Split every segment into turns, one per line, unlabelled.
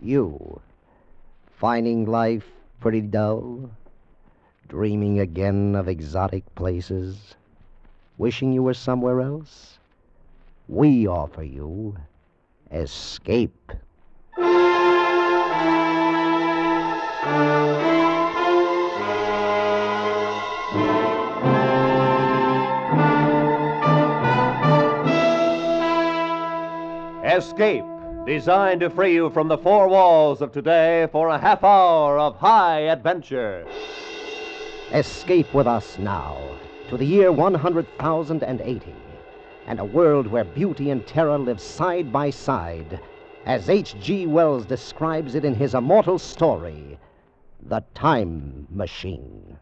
You. Finding life pretty dull? Dreaming again of exotic places? Wishing you were somewhere else? We offer you escape.
Escape, designed to free you from the four walls of today for a half hour of high adventure.
Escape with us now to the year 100,080 and a world where beauty and terror live side by side, as H.G. Wells describes it in his immortal story, The Time Machine.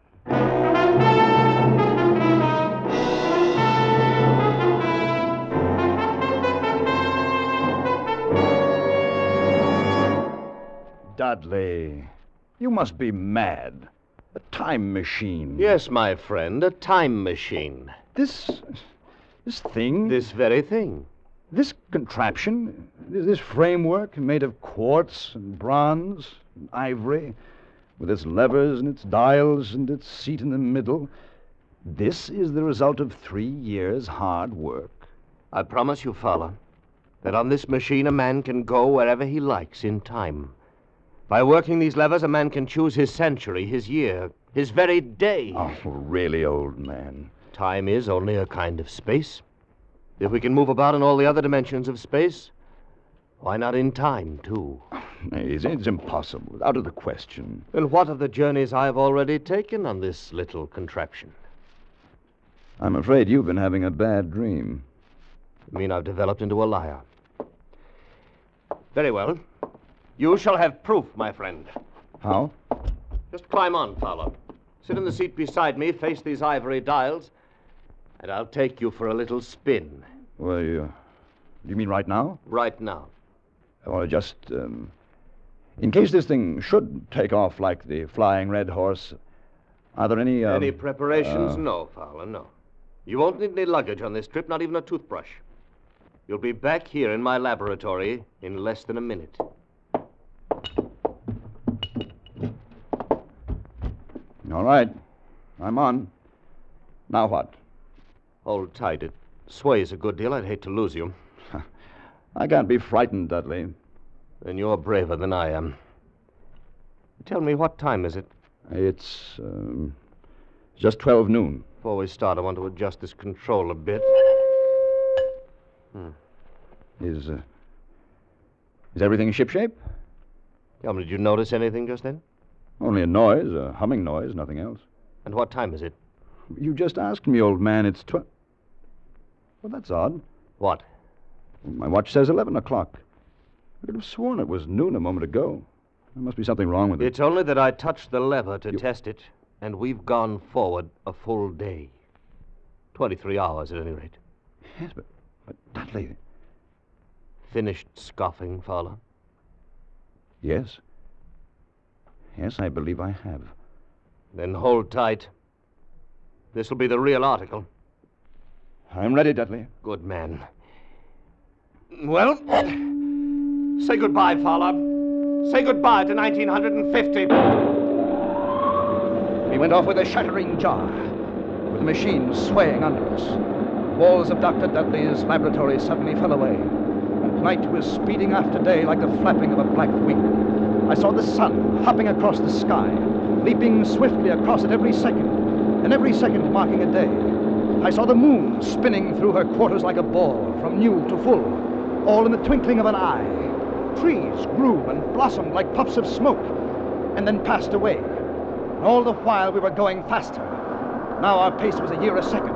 Dudley, you must be mad. A time machine.
Yes, my friend, a time machine.
This. This thing.
This very thing.
This contraption. This framework made of quartz and bronze and ivory, with its levers and its dials and its seat in the middle. This is the result of three years' hard work.
I promise you, Fowler, that on this machine a man can go wherever he likes in time. By working these levers, a man can choose his century, his year, his very day.
Oh, really, old man.
Time is only a kind of space. If we can move about in all the other dimensions of space, why not in time, too?
It's, it's impossible. It's out of the question.
And what of the journeys I've already taken on this little contraption?
I'm afraid you've been having a bad dream.
I mean I've developed into a liar. Very well. You shall have proof, my friend.
How?
Just climb on, Fowler. Sit in the seat beside me, face these ivory dials, and I'll take you for a little spin.
Well, you, you mean right now?
Right now.
Or just, um, in case this thing should take off like the flying red horse, are there any. Um,
Any preparations?
uh,
no, Fowler, no. You won't need any luggage on this trip, not even a toothbrush. You'll be back here in my laboratory in less than a minute.
All right. I'm on. Now what?
Hold tight. It sways a good deal. I'd hate to lose you.
I can't be frightened, Dudley.
Then you're braver than I am. Tell me, what time is it?
It's um, just 12 noon.
Before we start, I want to adjust this control a bit. Hmm.
Is, uh, is everything shipshape?
Tell me, did you notice anything just then?
Only a noise, a humming noise, nothing else.
And what time is it?
You just asked me, old man. It's tw. Well, that's odd.
What?
My watch says 11 o'clock. I could have sworn it was noon a moment ago. There must be something wrong with it.
It's only that I touched the lever to test it, and we've gone forward a full day. 23 hours, at any rate.
Yes, but, but Dudley.
Finished scoffing, Fowler?
Yes. Yes, I believe I have.
Then hold tight. This'll be the real article.
I'm ready, Dudley.
Good man. Well, say goodbye, Fowler. Say goodbye to 1950.
We went off with a shattering jar, with the machine swaying under us. The walls of Dr. Dudley's laboratory suddenly fell away, and night was speeding after day like the flapping of a black wing. I saw the sun hopping across the sky, leaping swiftly across it every second, and every second marking a day. I saw the moon spinning through her quarters like a ball, from new to full, all in the twinkling of an eye. Trees grew and blossomed like puffs of smoke, and then passed away. And all the while we were going faster. Now our pace was a year a second,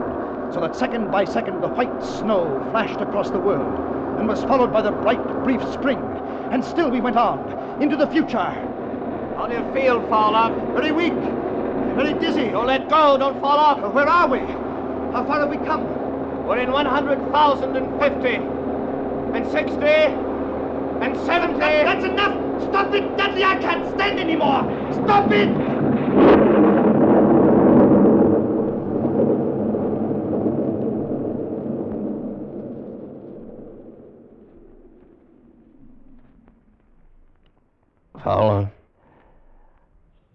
so that second by second the white snow flashed across the world and was followed by the bright, brief spring. And still we went on into the future.
How do you feel, Fowler?
Very weak, very dizzy.
Don't let go. Don't fall off.
Where are we? How far have we come?
We're in 100,050 and 60 and 70. that's enough. Stop it, Dudley. I can't stand anymore. Stop it. Fowler, uh,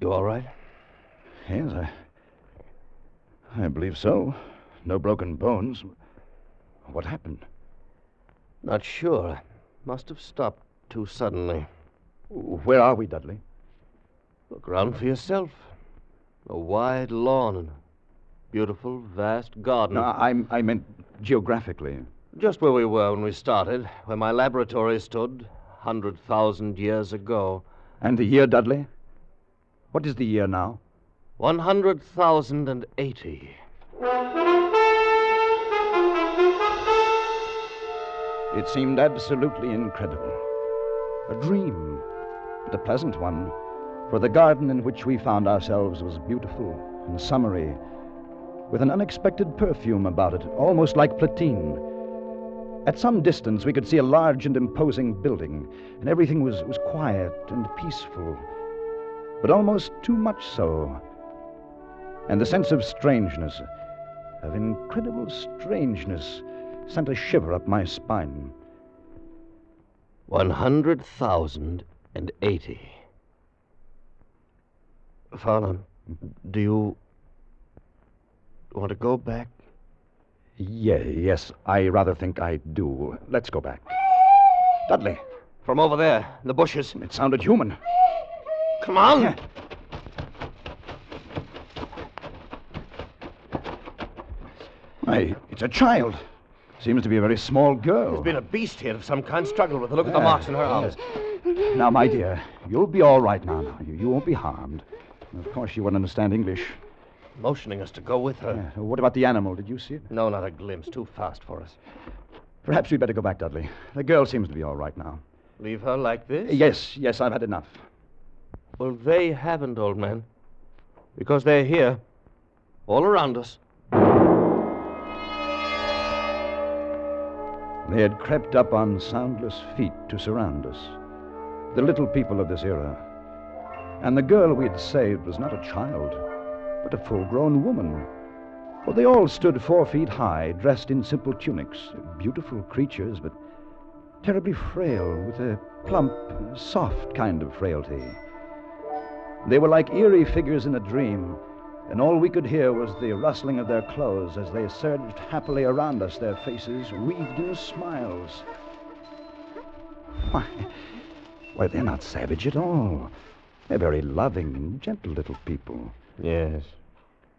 you all right?
Yes, I. I believe so. No broken bones. What happened?
Not sure. Must have stopped too suddenly.
Where are we, Dudley?
Look around for yourself. A wide lawn and a beautiful, vast garden.
No, I, I meant geographically.
Just where we were when we started, where my laboratory stood, 100,000 years ago.
And the year, Dudley? What is the year now?
100,080.
It seemed absolutely incredible. A dream, but a pleasant one, for the garden in which we found ourselves was beautiful and summery, with an unexpected perfume about it, almost like platine. At some distance, we could see a large and imposing building, and everything was, was quiet and peaceful, but almost too much so. And the sense of strangeness, of incredible strangeness, sent a shiver up my spine.
100,080. Fowler, do you want to go back?
Yeah, yes, I rather think I do. Let's go back. Dudley,
From over there, in the bushes.
it sounded human.
Come on!
Why, it's a child. Seems to be a very small girl.
There's been a beast here of some kind. Struggled with it. Look at the marks in her arms.
Now, my dear, you'll be all right now. now. You, you won't be harmed. Of course, you won't understand English.
Motioning us to go with her.
Yeah, What about the animal? Did you see it?
No, not a glimpse. Too fast for us.
Perhaps we'd better go back, Dudley. The girl seems to be all right now.
Leave her like this?
Yes, yes, I've had enough.
Well, they haven't, old man. Because they're here. All around us.
They had crept up on soundless feet to surround us. The little people of this era. And the girl we had saved was not a child, but a full grown woman. For they all stood four feet high, dressed in simple tunics, beautiful creatures, but terribly frail, with a plump, soft kind of frailty. They were like eerie figures in a dream, and all we could hear was the rustling of their clothes as they surged happily around us, their faces wreathed in smiles. Why, why they're not savage at all. They're very loving and gentle little people.
Yes.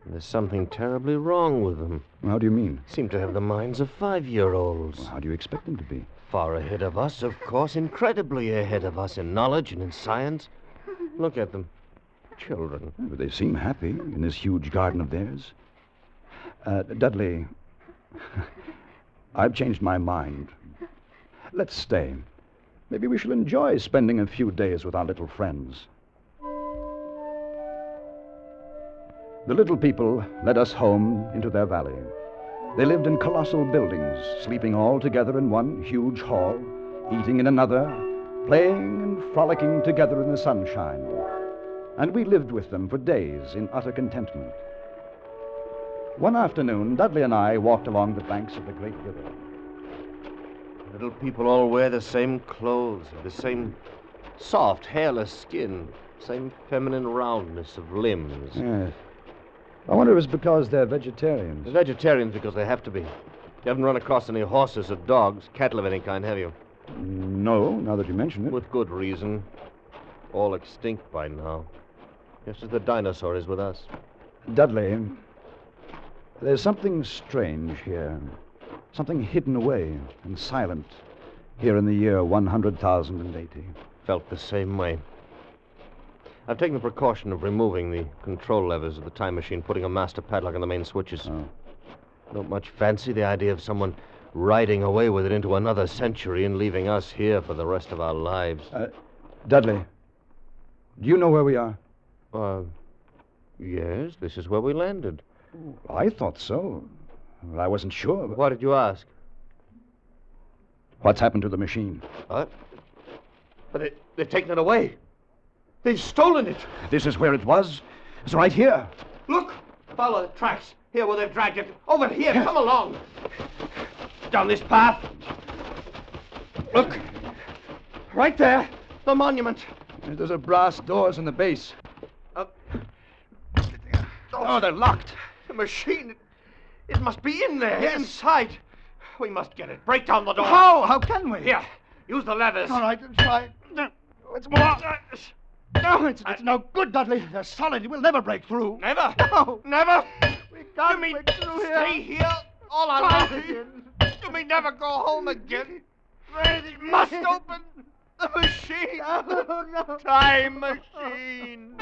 There's something terribly wrong with them.
How do you mean?
Seem to have the minds of five year olds.
How do you expect them to be?
Far ahead of us, of course, incredibly ahead of us in knowledge and in science. Look at them. Children.
But they seem happy in this huge garden of theirs. Uh, Dudley, I've changed my mind. Let's stay. Maybe we shall enjoy spending a few days with our little friends. The little people led us home into their valley. They lived in colossal buildings, sleeping all together in one huge hall, eating in another, playing and frolicking together in the sunshine and we lived with them for days in utter contentment. One afternoon, Dudley and I walked along the banks of the great river.
Little people all wear the same clothes, the same soft, hairless skin, same feminine roundness of limbs.
Yes. I wonder if it's because they're
The
vegetarians.
vegetarians, because they have to be. You haven't run across any horses or dogs, cattle of any kind, have you?
No, now that you mention it.
With good reason. All extinct by now. Just as the dinosaur is with us.
Dudley, there's something strange here. Something hidden away and silent here in the year 100,080.
Felt the same way. I've taken the precaution of removing the control levers of the time machine, putting a master padlock on the main switches.
Oh.
Don't much fancy the idea of someone riding away with it into another century and leaving us here for the rest of our lives.
Uh, Dudley, do you know where we are?
Uh, yes, this is where we landed.
I thought so. Well, I wasn't sure. but-
Why did you ask?
What's happened to the machine?
What? But they, they've taken it away. They've stolen it.
This is where it was. It's right here.
Look! Follow the tracks. Here where they've dragged it. Over here. Come along. Down this path. Look. Right there. The monument. Uh,
Those are brass doors in the base. Oh, they're locked.
The machine. It must be in there. Inside. We must get it. Break down the door.
How? How can we?
Here. Use the levers.
All right, let's try. Let's move on. Uh, No, it's, it's no good, Dudley. They're solid. We'll never break through.
Never.
No.
Never.
We can't
you mean
break through here.
stay here all our
Try
lives?
again.
You mean never go home again? It must open. The machine.
No, no.
Time machine.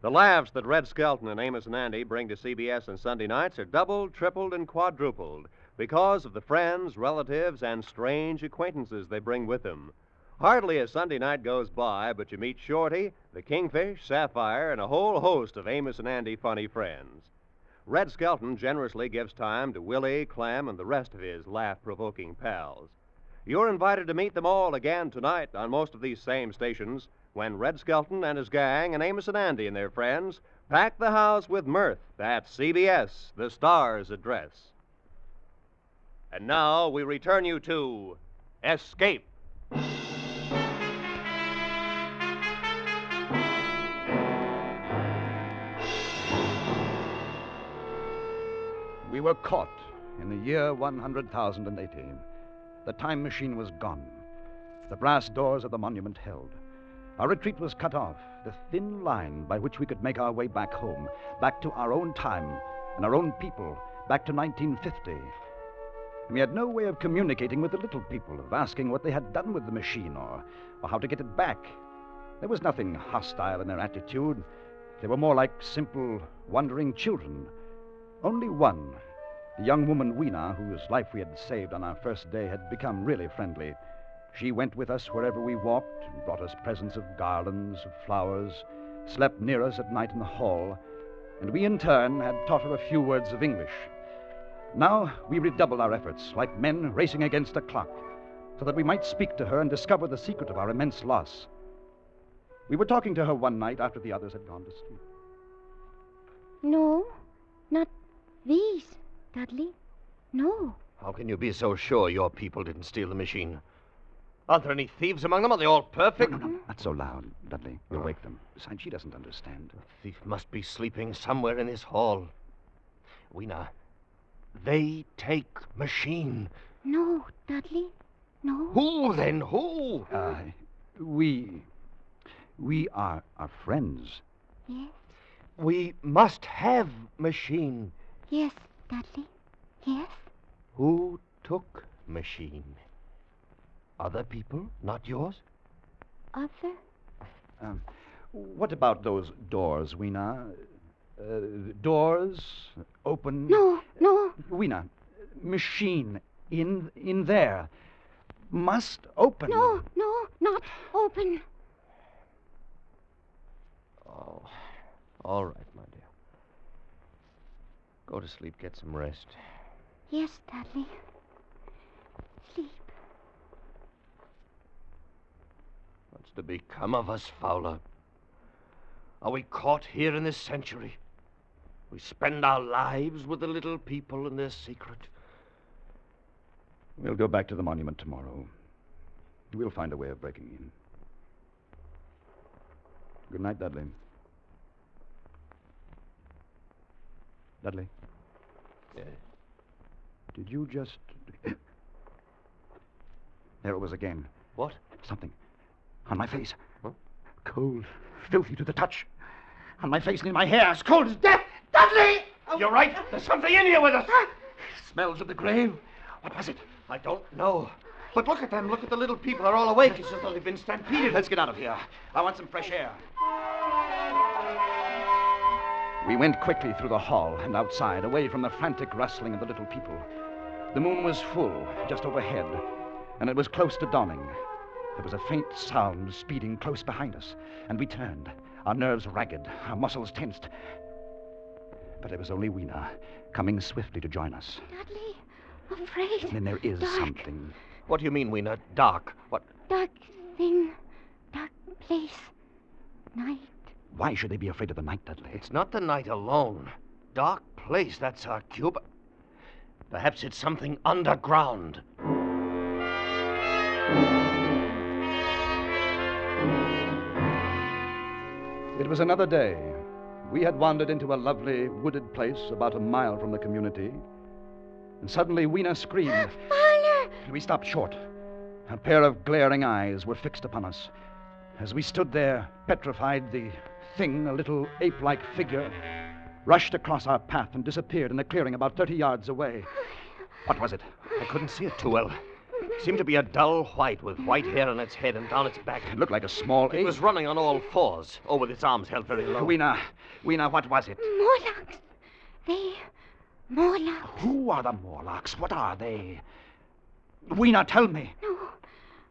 The laughs that Red Skelton and Amos and Andy bring to CBS on Sunday nights are doubled, tripled, and quadrupled because of the friends, relatives, and strange acquaintances they bring with them. Hardly a Sunday night goes by but you meet Shorty, the Kingfish, Sapphire, and a whole host of Amos and Andy funny friends. Red Skelton generously gives time to Willie, Clam, and the rest of his laugh provoking pals. You're invited to meet them all again tonight on most of these same stations when Red Skelton and his gang and Amos and Andy and their friends pack the house with mirth. That's CBS, the star's address. And now we return you to Escape.
We were caught in the year 100,080. The time machine was gone. The brass doors of the monument held. Our retreat was cut off, the thin line by which we could make our way back home, back to our own time and our own people, back to 1950. And we had no way of communicating with the little people, of asking what they had done with the machine or, or how to get it back. There was nothing hostile in their attitude. They were more like simple, wandering children. Only one, the young woman Weena, whose life we had saved on our first day, had become really friendly. She went with us wherever we walked, and brought us presents of garlands, of flowers, slept near us at night in the hall, and we in turn had taught her a few words of English. Now we redoubled our efforts, like men racing against a clock, so that we might speak to her and discover the secret of our immense loss. We were talking to her one night after the others had gone to sleep.
No, not these, Dudley. No.
How can you be so sure your people didn't steal the machine? Aren't there any thieves among them? Are they all perfect?
Not so loud, Dudley. You'll wake them. Besides, she doesn't understand.
thief must be sleeping somewhere in this hall. Weena, they take machine.
No, Dudley. No.
Who then?
Oh.
Who?
Uh, we. We are, are friends.
Yes,
We must have machine.
yes, Dudley. Yes.
Who took machine? Other people, not yours?
Other.
Um, what about those doors, Weena? Uh, doors open. Uh,
No, no.
Weena, machine in in there must open.
No, no, not open.
Oh, all right, my dear. Go to sleep, get some rest.
Yes, Dudley. Sleep.
What's to become of us, Fowler? Are we caught here in this century? We spend our lives with the little people and their secret.
We'll go back to the monument tomorrow. We'll find a way of breaking in. Good night, Dudley. Dudley.
Yes.
Did you just. there it was again.
What?
Something. On my face.
Huh?
Cold, filthy to the touch. On my face and in my hair, as cold as death. Dudley!
You're right. There's something in here with us.
Ah. Smells of the grave. What was it?
I don't know. But look at them. Look at the little people. They're all awake. It's as though they've been stampeded.
Let's get out of here. I want some fresh air. We went quickly through the hall and outside, away from the frantic rustling of the little people. The moon was full, just overhead, and it was close to dawning. There was a faint sound speeding close behind us, and we turned, our nerves ragged, our muscles tensed. But it was only Weena coming swiftly to join us.
Dudley. Afraid.
And then there is
dark,
something.
What do you mean, Weena? Dark. What?
Dark thing. Dark place. Night.
Why should they be afraid of the night, Dudley?
It's not the night alone. Dark place, that's our cube. Perhaps it's something underground.
It was another day. We had wandered into a lovely wooded place about a mile from the community. And suddenly Weena screamed.
Father!
We stopped short. A pair of glaring eyes were fixed upon us. As we stood there, petrified, the thing, a little ape like figure, rushed across our path and disappeared in a clearing about 30 yards away.
Oh,
What was it?
I couldn't see it too well. It seemed to be a dull white with white hair on its head and down its back.
It looked like a small
It
ape.
was running on all fours, or with its arms held very low.
Weena, Weena, what was it?
Morlocks. They. Morlocks.
Who are the Morlocks? What are they? Weena, tell me.
No.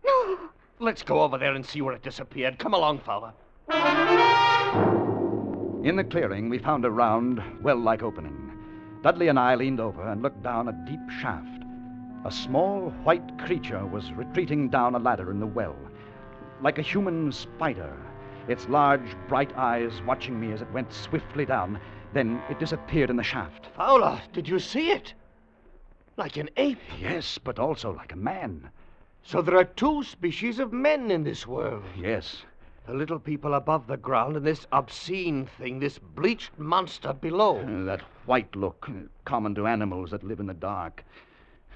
No.
Let's go over there and see where it disappeared. Come along, Fowler.
In the clearing, we found a round, well like opening. Dudley and I leaned over and looked down a deep shaft. A small white creature was retreating down a ladder in the well, like a human spider, its large, bright eyes watching me as it went swiftly down. Then it disappeared in the shaft.
Fowler, did you see it? Like an ape.
Yes, but also like a man.
So there are two species of men in this world.
Yes.
The little people above the ground and this obscene thing, this bleached monster below.
That white look, common to animals that live in the dark.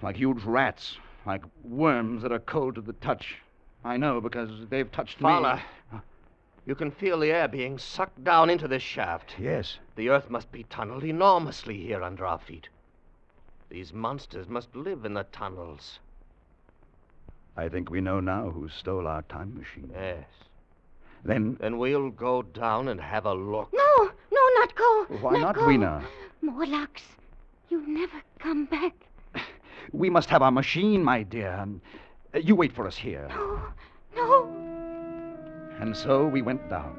Like huge rats, like worms that are cold to the touch. I know because they've touched
Fowler,
me.
you can feel the air being sucked down into this shaft.
Yes.
The earth must be tunneled enormously here under our feet. These monsters must live in the tunnels.
I think we know now who stole our time machine.
Yes.
Then
Then we'll go down and have a look.
No, no, not go.
Why not,
go.
Weena?
Morlocks, you never come back.
we must have our machine, my dear. Um, uh, You wait for us here.
No, no.
And so we went down,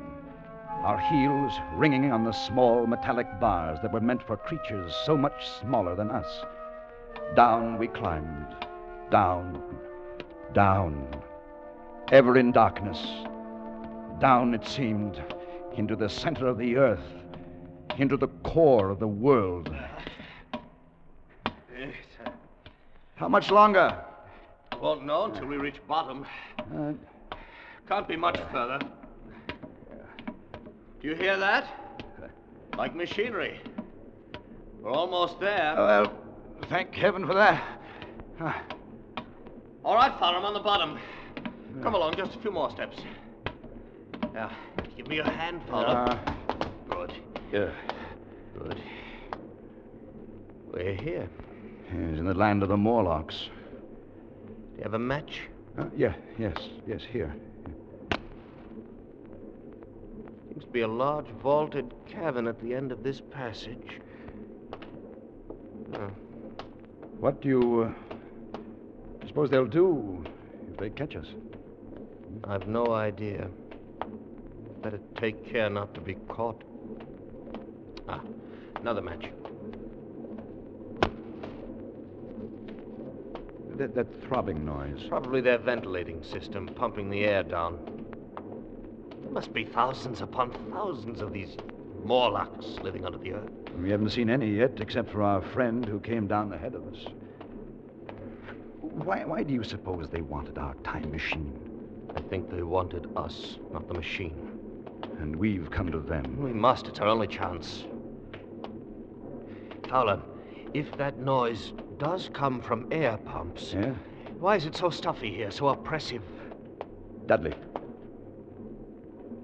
our heels ringing on the small metallic bars that were meant for creatures so much smaller than us. Down we climbed, down, down, ever in darkness. Down it seemed, into the center of the earth, into the core of the world. How much longer?
Won't know until we reach bottom.
Uh,
Can't be much further. Do you hear that? Like machinery. We're almost there.
well, Oh, thank heaven for that. Ah,
All right, Fowler, I'm on the bottom. Come along, just a few more steps. Now, give me your hand, Fowler.
uh,
Good.
yeah.
Good. We're here.
He's in the land of the Morlocks.
Do you have a match?
Uh, yeah, yes, yes, here.
Seems to be a large vaulted cavern at the end of this passage. Oh,
What do you uh, suppose they'll do if they catch us?
I've no idea. Better take care not to be caught. Ah, another match.
That, that throbbing noise.
Probably their ventilating system pumping the air down. There must be thousands upon thousands of these Morlocks living under the earth.
We haven't seen any yet, except for our friend who came down ahead of us. Why, why do you suppose they wanted our time machine?
I think they wanted us, not the machine.
And we've come to them.
We must. It's our only chance. Fowler, if that noise does come from air pumps,
Yeah?
why is it so stuffy here, so oppressive?
Dudley.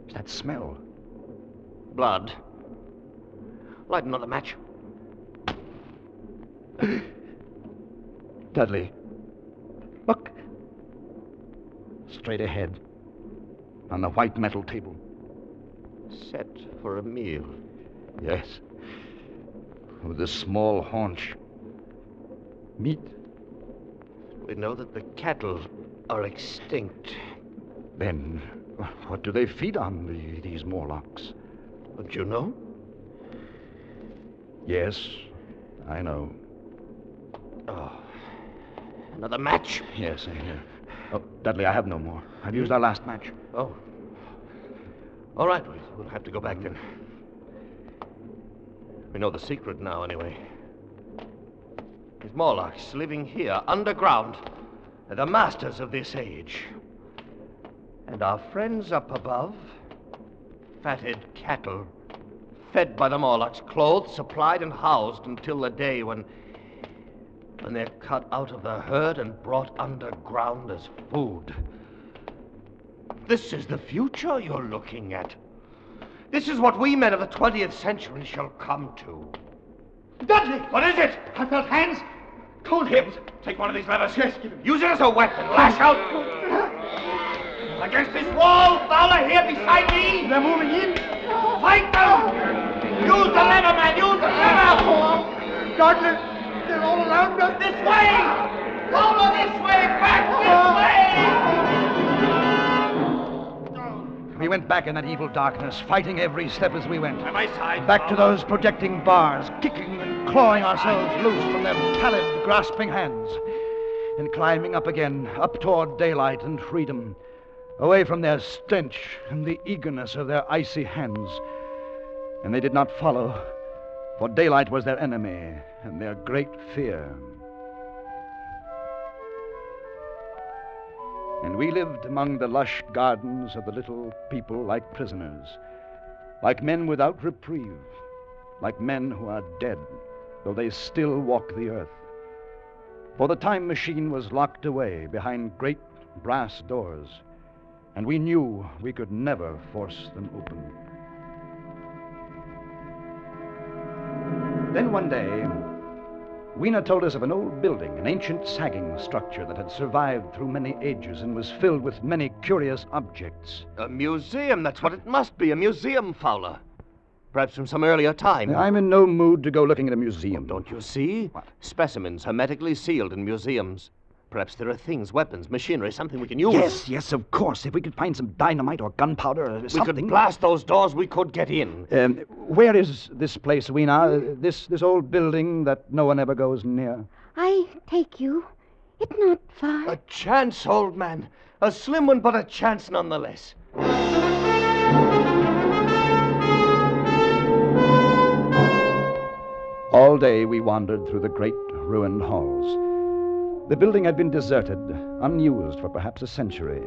It's that smell.
Blood. Light another match.
Dudley. Look. Straight ahead. On the white metal table.
Set for a meal.
Yes. With a small haunch. Meat.
We know that the cattle are extinct.
Then, what do they feed on, the, these Morlocks?
Don't you know?
Yes, I know.
Oh, Another match.
Yes, I know. Oh, Dudley, I have no more. I've used our last match.
Oh. All right, we- we'll have to go back then. We know the secret now, anyway. It's Morlocks living here, underground. They're the masters of this age. And our friends up above, fatted cattle, fed by the Morlocks, clothed, supplied, and housed until the day when. when they're cut out of the herd and brought underground as food. This is the future you're looking at. This is what we men of the 20th century shall come to. Dudley! What is it? I felt hands, cold hips. Take one of these levers. Yes, Use it as a weapon. Lash out. Against this wall, Fowler here beside me. They're moving in. Fight them! Use the lever, man. Use the lever. Dudley, they're all around us. This way. Fowler, this way. Uh-huh. Back this way.
We went back in that evil darkness, fighting every step as we went.
By my side.
Back to those projecting bars, kicking and clawing ourselves loose from their pallid, grasping hands. And climbing up again, up toward daylight and freedom, away from their stench and the eagerness of their icy hands. And they did not follow, for daylight was their enemy and their great fear. And we lived among the lush gardens of the little people like prisoners, like men without reprieve, like men who are dead, though they still walk the earth. For the time machine was locked away behind great brass doors, and we knew we could never force them open. Then one day, Weena told us of an old building, an ancient sagging structure that had survived through many ages and was filled with many curious objects.
A museum, that's what it must be. A museum, Fowler. Perhaps from some earlier time.
I'm in no mood to go looking at a museum.
Don't you see?
What?
Specimens hermetically sealed in museums. Perhaps there are things, weapons, machinery, something we can use.
Yes, yes, of course. If we could find some dynamite or gunpowder or
We
something.
could blast those doors, we could get in.
Um, where is this place, Weena? Uh, This this old building that no one ever goes near.
I take you. It's not far.
A chance, old man. A slim one, but a chance nonetheless.
All day we wandered through the great ruined halls. The building had been deserted, unused for perhaps a century.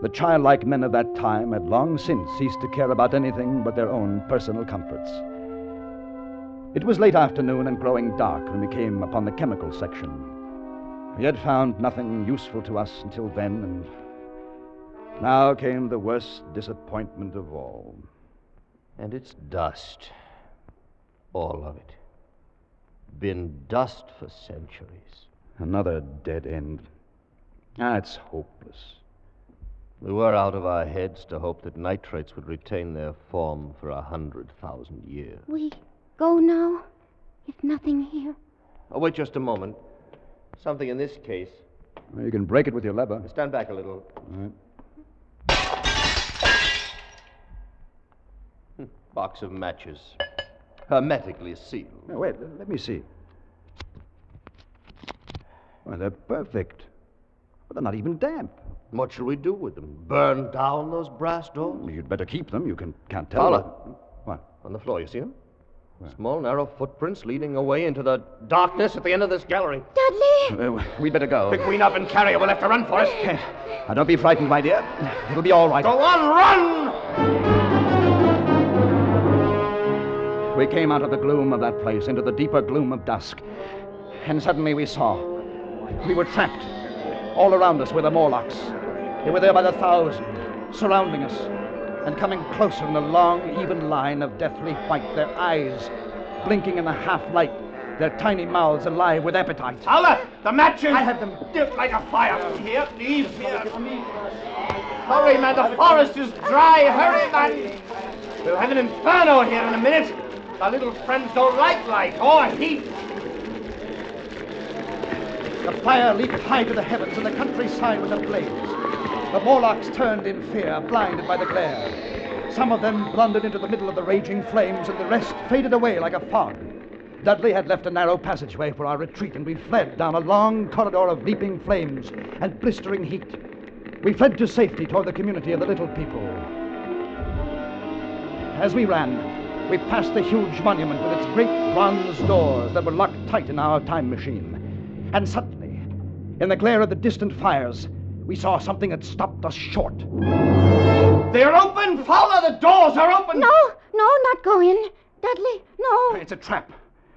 The childlike men of that time had long since ceased to care about anything but their own personal comforts. It was late afternoon and growing dark when we came upon the chemical section. We had found nothing useful to us until then, and now came the worst disappointment of all.
And it's dust. All of it. Been dust for centuries.
Another dead end. Ah, it's hopeless.
We were out of our heads to hope that nitrates would retain their form for a hundred thousand years.
We go now. If nothing here.
Oh, wait just a moment. Something in this case.
Well, You can break it with your lever.
Stand back a little. Hmm, Box of matches. Hermetically sealed.
Now, wait, let me see. Well, they're perfect. But they're not even damp.
What shall we do with them? Burn down those brass doors?
You'd better keep them. You can, can't tell.
Paula.
What?
On the floor, you see them? Small, narrow footprints leading away into the darkness at the end of this gallery.
Dudley!
Uh, we'd better go.
Pick Ween up and carry her. We'll have to run for it.
Now, don't be frightened, my dear. It'll be all right.
Go
Oh,
on, run!
We came out of the gloom of that place into the deeper gloom of dusk. And suddenly we saw. We were trapped. All around us were the Morlocks. They were there by the thousand, surrounding us, and coming closer in a long, even line of deathly white, their eyes blinking in the half light, their tiny mouths alive with appetite.
Paula, the matches!
I have them.
Dipped like a fire. Here, please. Hurry, man. The forest is dry. Hurry, man. We'll have an inferno here in a minute. Our little friends don't like light or heat.
The fire leaped high to the heavens, and the countryside was ablaze. The Morlocks turned in fear, blinded by the glare. Some of them blundered into the middle of the raging flames, and the rest faded away like a fog. Dudley had left a narrow passageway for our retreat, and we fled down a long corridor of leaping flames and blistering heat. We fled to safety toward the community of the little people. As we ran, we passed the huge monument with its great bronze doors that were locked tight in our time machine. And suddenly, in the glare of the distant fires, we saw something that stopped us short.
They're open! Fowler, the doors are open!
No, no, not go in. Dudley, no.
Oh, It's a trap.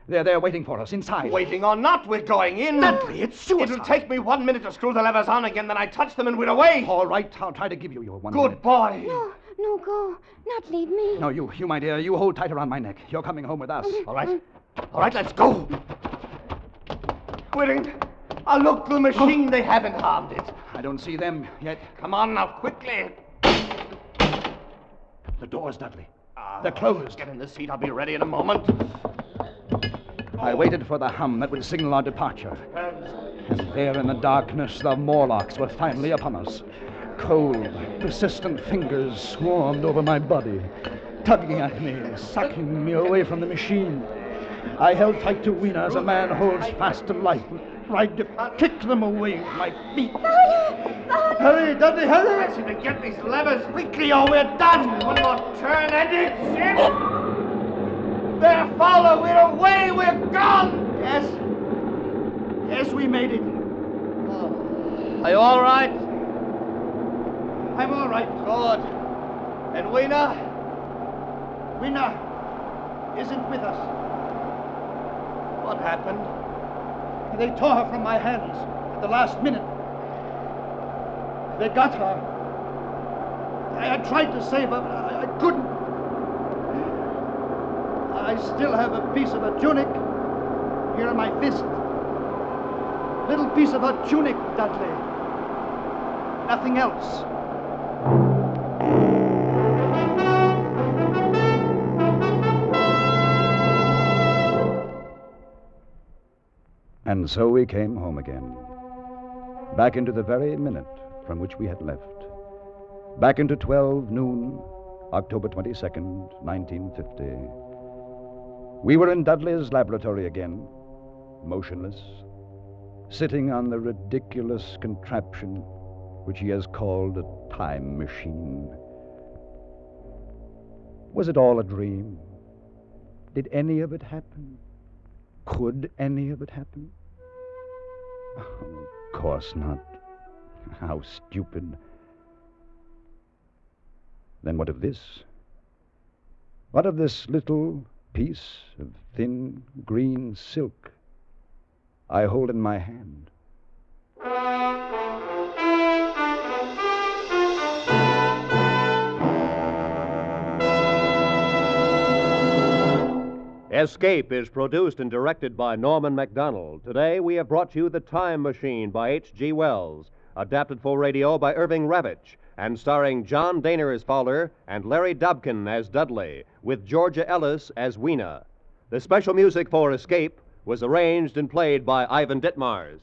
They're there waiting for us inside.
Waiting or not, we're going in.
Dudley, it's suicide.
It'll take me one minute to screw the levers on again, then I touch them and we're away.
All right, I'll try to give you your one.
Good
minute.
boy.
No, no, go. Not leave me.
No, you, you, my dear, you hold tight around my neck. You're coming home with us.
All right. All right, let's go. We're in. A local machine, they haven't harmed it.
I don't see them yet.
Come on now, quickly.
The doors, Dudley. They're closed.
Ah, Get in the seat. I'll be ready in a moment.
I waited for the hum that would signal our departure. And there in the darkness, the Morlocks were finally upon us. Cold, persistent fingers swarmed over my body, tugging at me, sucking me away from the machine. I held tight to Weena as a man holds fast to life, tried to kick them away with my feet. Hurry, Dudley, hurry!
Ask you to get these levers quickly or we're done. One more turn and it's in. There, Fowler, we're away. We're gone. Yes. Yes, we made it. Are you all right? I'm all right. Good. And Weena? Weena isn't with us. What happened?
They tore her from my hands at the last minute. They got her. I, I tried to save her, but I, I couldn't. I still have a piece of her tunic here in my fist. Little piece of her tunic, Dudley. Nothing else. And so we came home again. Back into the very minute from which we had left. Back into 12 noon, October 22nd, 1950. We were in Dudley's laboratory again, motionless, sitting on the ridiculous contraption which he has called a time machine. Was it all a dream? Did any of it happen? Could any of it happen? of course not. How stupid. Then what of this? What of this little piece of thin green silk I hold in my hand?
Escape is produced and directed by Norman MacDonald. Today we have brought you The Time Machine by H.G. Wells, adapted for radio by Irving Ravitch, and starring John Daner as Fowler and Larry Dobkin as Dudley, with Georgia Ellis as Weena. The special music for Escape was arranged and played by Ivan Ditmars.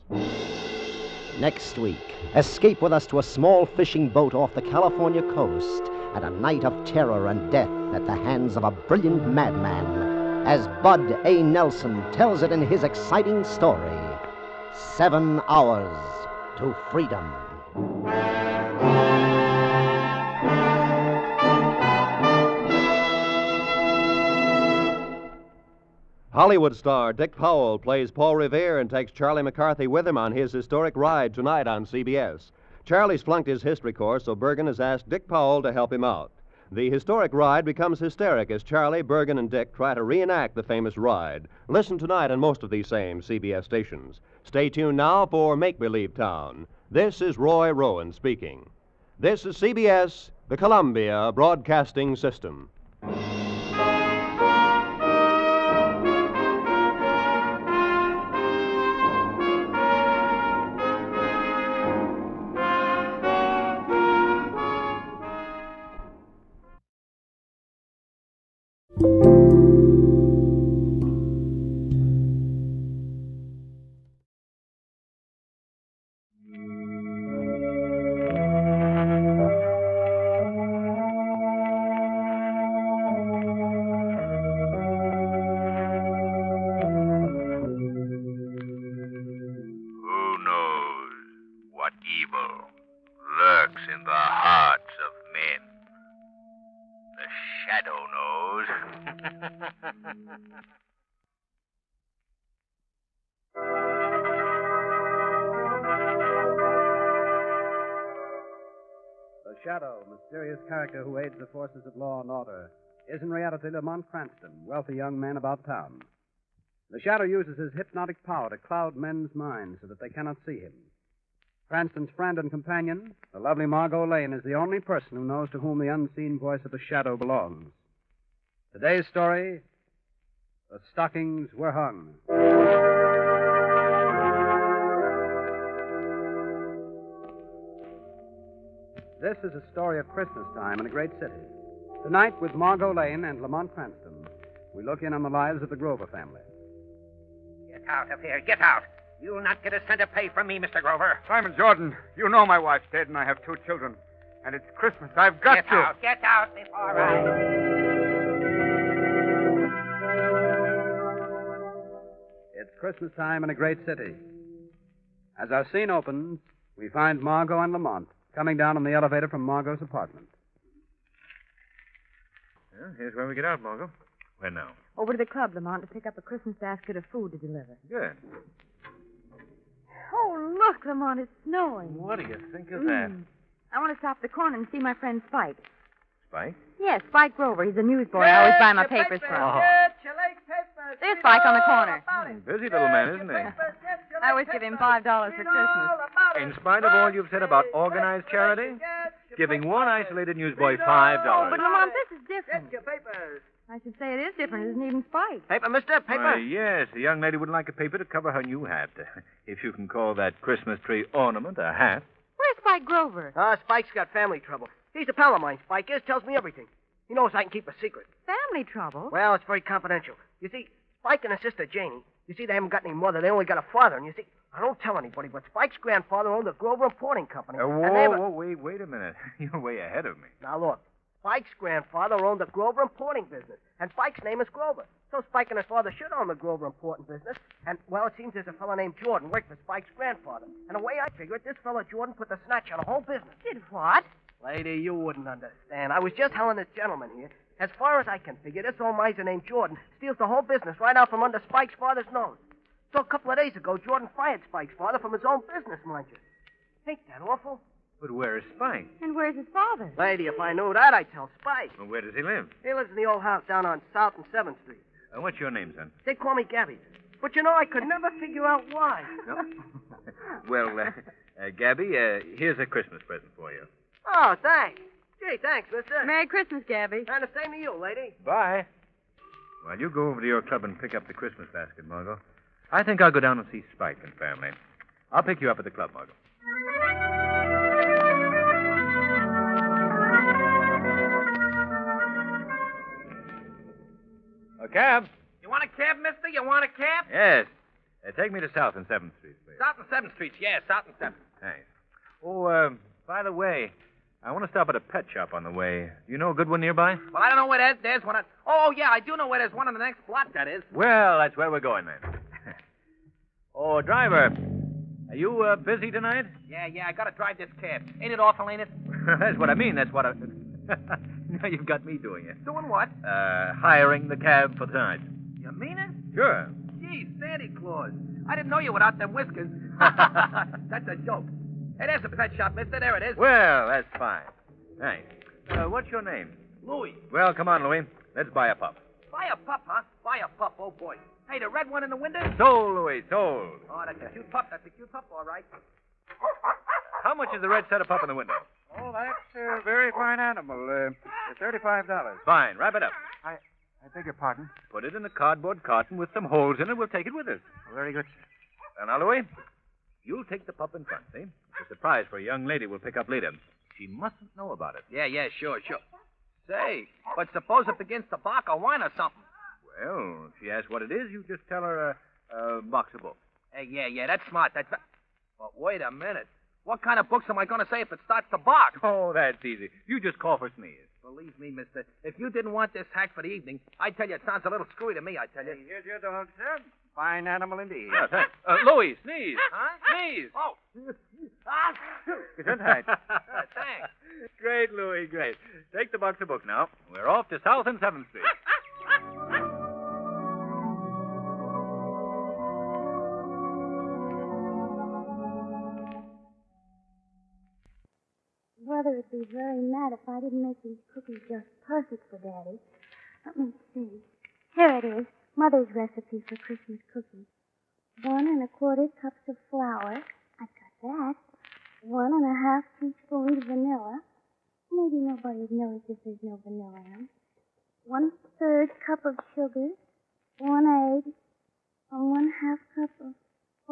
Next week, escape with us to a small fishing boat off the California coast and a night of terror and death at the hands of a brilliant madman as Bud A. Nelson tells it in his exciting story Seven Hours to Freedom.
Hollywood star Dick Powell plays Paul Revere and takes Charlie McCarthy with him on his historic ride tonight on CBS. Charlie's flunked his history course, so Bergen has asked Dick Powell to help him out. The historic ride becomes hysteric as Charlie, Bergen, and Dick try to reenact the famous ride. Listen tonight on most of these same CBS stations. Stay tuned now for Make Believe Town. This is Roy Rowan speaking. This is CBS, the Columbia Broadcasting System.
Who knows what evil lurks in the hearts of men? The shadow knows.
knows?
The Shadow, mysterious character who aids the forces of law and order, is in reality Lamont Cranston, wealthy young man about town. The Shadow uses his hypnotic power to cloud men's minds so that they cannot see him. Cranston's friend and companion, the lovely Margot Lane, is the only person who knows to whom the unseen voice of the Shadow belongs. Today's story The Stockings Were Hung. This is a story of Christmas time in a great city. Tonight, with Margot Lane and Lamont Cranston, we look in on the lives of the Grover family.
Get out of here. Get out. You'll not get a cent of pay from me, Mr. Grover.
Simon Jordan, you know my wife's dead and I have two children. And it's Christmas. I've got
get
to.
out. Get out before I.
It's Christmas time in a great city. As our scene opens, we find Margot and Lamont coming down on the elevator from Margot's apartment.
Well, here's where we get out, Margot. Where now?
Over to the club, Lamont, to pick up a Christmas basket of food to deliver.
Good.
Oh, look, Lamont, it's snowing.
What do you think of that?
Mm. I want to stop the corner and see my friend Spike.
Spike?
Yes, Spike Grover. He's a newsboy I always buy my papers from.
Uh-huh.
There's Spike on the corner.
Oh. Hmm, Busy little man, isn't he?
I always give him $5 for Christmas.
In spite of all you've said about organized charity, giving one isolated newsboy five
Oh,
dollars.
but Lamont, this is different. I should say it is different. It isn't even Spike.
Paper, mister, paper? yes, the young lady would like a paper to cover her new hat. If you can call that Christmas tree ornament a hat.
Where's Spike Grover?
Ah, Spike's got family trouble. He's a pal of mine, Spike is. Tells me everything. He knows I can keep a secret.
Family trouble?
Well, it's very confidential. You see, Spike and his sister Janie, you see, they haven't got any mother. They only got a father. And you see, I don't tell anybody, but Spike's grandfather owned the Grover Importing Company.
Uh,
and they have
whoa,
a-
whoa, wait, wait a minute. You're way ahead of me.
Now, look. Spike's grandfather owned the Grover Importing business, and Spike's name is Grover. So Spike and his father should own the Grover Importing business. And, well, it seems there's a fellow named Jordan worked for Spike's grandfather. And the way I figure it, this fellow Jordan put the snatch on the whole business.
Did what?
Lady, you wouldn't understand. I was just telling this gentleman here. As far as I can figure, this old miser named Jordan steals the whole business right out from under Spike's father's nose. So a couple of days ago, Jordan fired Spike's father from his own business, mind you. Ain't that awful?
But where is Spike?
And where's his father?
Lady, if I knew that, I'd tell Spike.
Well, where does he live?
He lives in the old house down on South and 7th Street.
Uh, what's your name, son?
They call me Gabby. But you know, I could never figure out why.
No. Well, uh, uh, Gabby, uh, here's a Christmas present for you.
Oh, thanks. Gee, thanks, mister.
Merry Christmas, Gabby.
And the same to you, lady.
Bye. Well, you go over to your club and pick up the Christmas basket, Margot. I think I'll go down and see Spike and family. I'll pick you up at the club, Margot. A cab?
You want a cab, mister? You want a cab?
Yes. Uh, take me to South and 7th Street, please.
South and 7th Street, yeah, South and 7th.
Thanks. Oh, um, by the way, I want to stop at a pet shop on the way. Do you know a good one nearby?
Well, I don't know where that, there's one. On, oh, yeah, I do know where there's one on the next block, that is.
Well, that's where we're going then. oh, driver, are you uh, busy tonight?
Yeah, yeah, I gotta drive this cab. Ain't it awful, ain't it?
that's what I mean. That's what I. now you've got me doing it.
Doing what?
Uh, hiring the cab for tonight.
You mean it?
Sure.
Gee, Santa Claus. I didn't know you without them whiskers. That's a joke. Hey, there's a pet shop, mister. There it is.
Well, that's fine. Thanks. Uh, what's your name?
Louis,
Well, come on, Louis. Let's buy a pup.
buy a pup, huh? Buy a pup, oh boy. Hey, the red one in the window?
Sold, Louis, sold.
Oh, that's a cute pup. That's a cute pup, all right.
How much is the red setter pup in the window?
Oh, that's a very fine animal. Uh, Thirty-five dollars.
Fine, wrap it up.
I, I beg your pardon.
Put it in a cardboard carton with some holes in it. We'll take it with us.
Very good,
And now, Louis, you'll take the pup in front, see? It's a surprise for a young lady we'll pick up later. She mustn't know about it.
Yeah, yeah, sure, sure. Say, but suppose it begins to bark or whine or something.
Well, if she asks what it is, you just tell her a, a box of books.
Hey, yeah, yeah, that's smart. That's. But wait a minute. What kind of books am I going to say if it starts to bark?
Oh, that's easy. You just call for Sneeze.
Believe me, mister, if you didn't want this hack for the evening, I tell you, it sounds a little screwy to me, I tell you.
here's your dog, sir. Fine animal indeed.
Yeah, thanks. Uh, Louis, Sneeze.
Huh?
Sneeze.
Oh.
Ah, Gesundheit.
Thanks.
Great, Louis, great. Take the box of books now. We're off to South and 7th Street.
sure would be very mad if I didn't make these cookies just perfect for Daddy. Let me see. Here it is Mother's recipe for Christmas cookies. One and a quarter cups of flour. I've got that. One and a half teaspoons of vanilla. Maybe nobody knows if there's no vanilla in them. One third cup of sugar. One egg. And one half cup of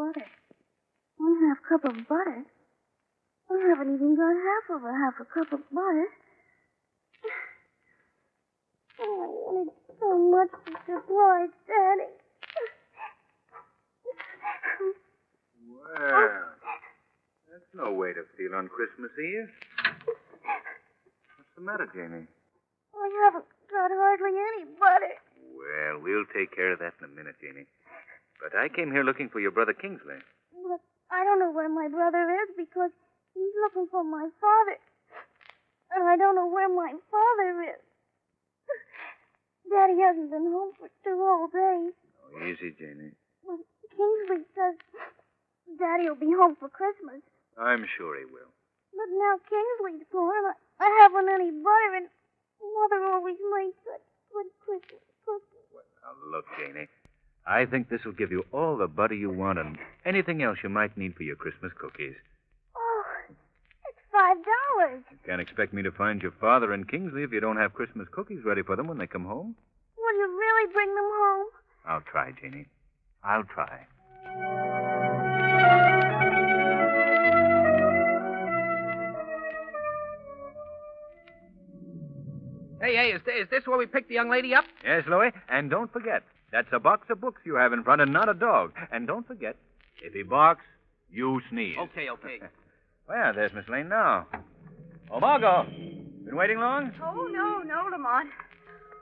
butter. One half cup of butter? I haven't even got half of a half a cup of butter. Oh, I wanted so much to surprise Daddy.
Well, that's no way to feel on Christmas Eve. What's the matter, Jamie?
I haven't got hardly any butter.
Well, we'll take care of that in a minute, Jamie. But I came here looking for your brother Kingsley.
But I don't know where my brother is because he's looking for my father. And I don't know where my father is. Daddy hasn't been home for two whole days.
Oh, easy, Jamie.
But Kingsley says Daddy will be home for Christmas.
I'm sure he will.
But now Kingsley's gone. I haven't any butter, and Mother always makes such good Christmas cookies.
Now, look, Janie. I think this will give you all the butter you want and anything else you might need for your Christmas cookies.
Oh, it's five dollars.
You can't expect me to find your father and Kingsley if you don't have Christmas cookies ready for them when they come home.
Will you really bring them home?
I'll try, Janie. I'll try.
Hey, hey, is, is this where we picked the young lady up?
Yes, Louis. And don't forget, that's a box of books you have in front and not a dog. And don't forget, if he barks, you sneeze.
Okay, okay.
Well, there's Miss Lane now. Oh, Margot. Been waiting long?
Oh, no, no, Lamont.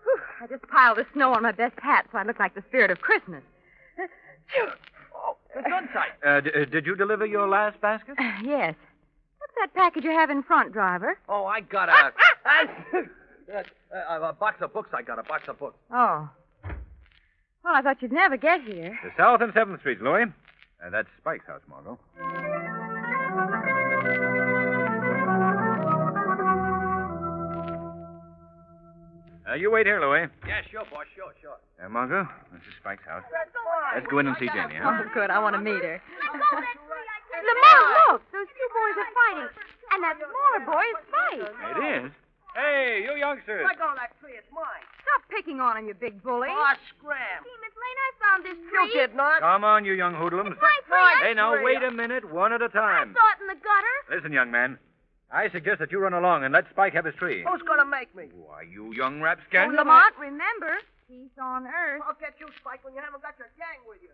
Whew, I just piled the snow on my best hat so I look like the spirit of Christmas.
Oh, the sun sight.
Uh, d- uh, did you deliver your last basket?
yes. What's that package you have in front, driver?
Oh, I got a. a, a box of books, I got a box of books.
Oh. Well, I thought you'd never get here.
The South and 7th Street, Louis. Uh, that's Spike's house, Margot. Uh, you wait here, Louis.
Yeah, sure, boss, sure, sure.
Uh, Margot, this is Spike's house. Let's go in and see Jenny, huh?
Oh, good. I want to meet her.
Lamont, look! Those two boys are fighting. And that smaller boy is Spike.
It is. Hey, you youngsters.
Like on that tree, it's mine.
Stop picking on him, you big bully.
Oh, scram.
See, Miss Lane, I found this
You
tree.
did not.
Come on, you young hoodlums.
My tree.
Hey, now, wait a minute, one at a
I
time.
saw it in the gutter.
Listen, young man. I suggest that you run along and let Spike have his tree.
Oh,
Who's going to make me?
Why, you young rapscallion.
Oh, Lamont, remember, peace on earth.
I'll get you, Spike, when you haven't got your gang with you.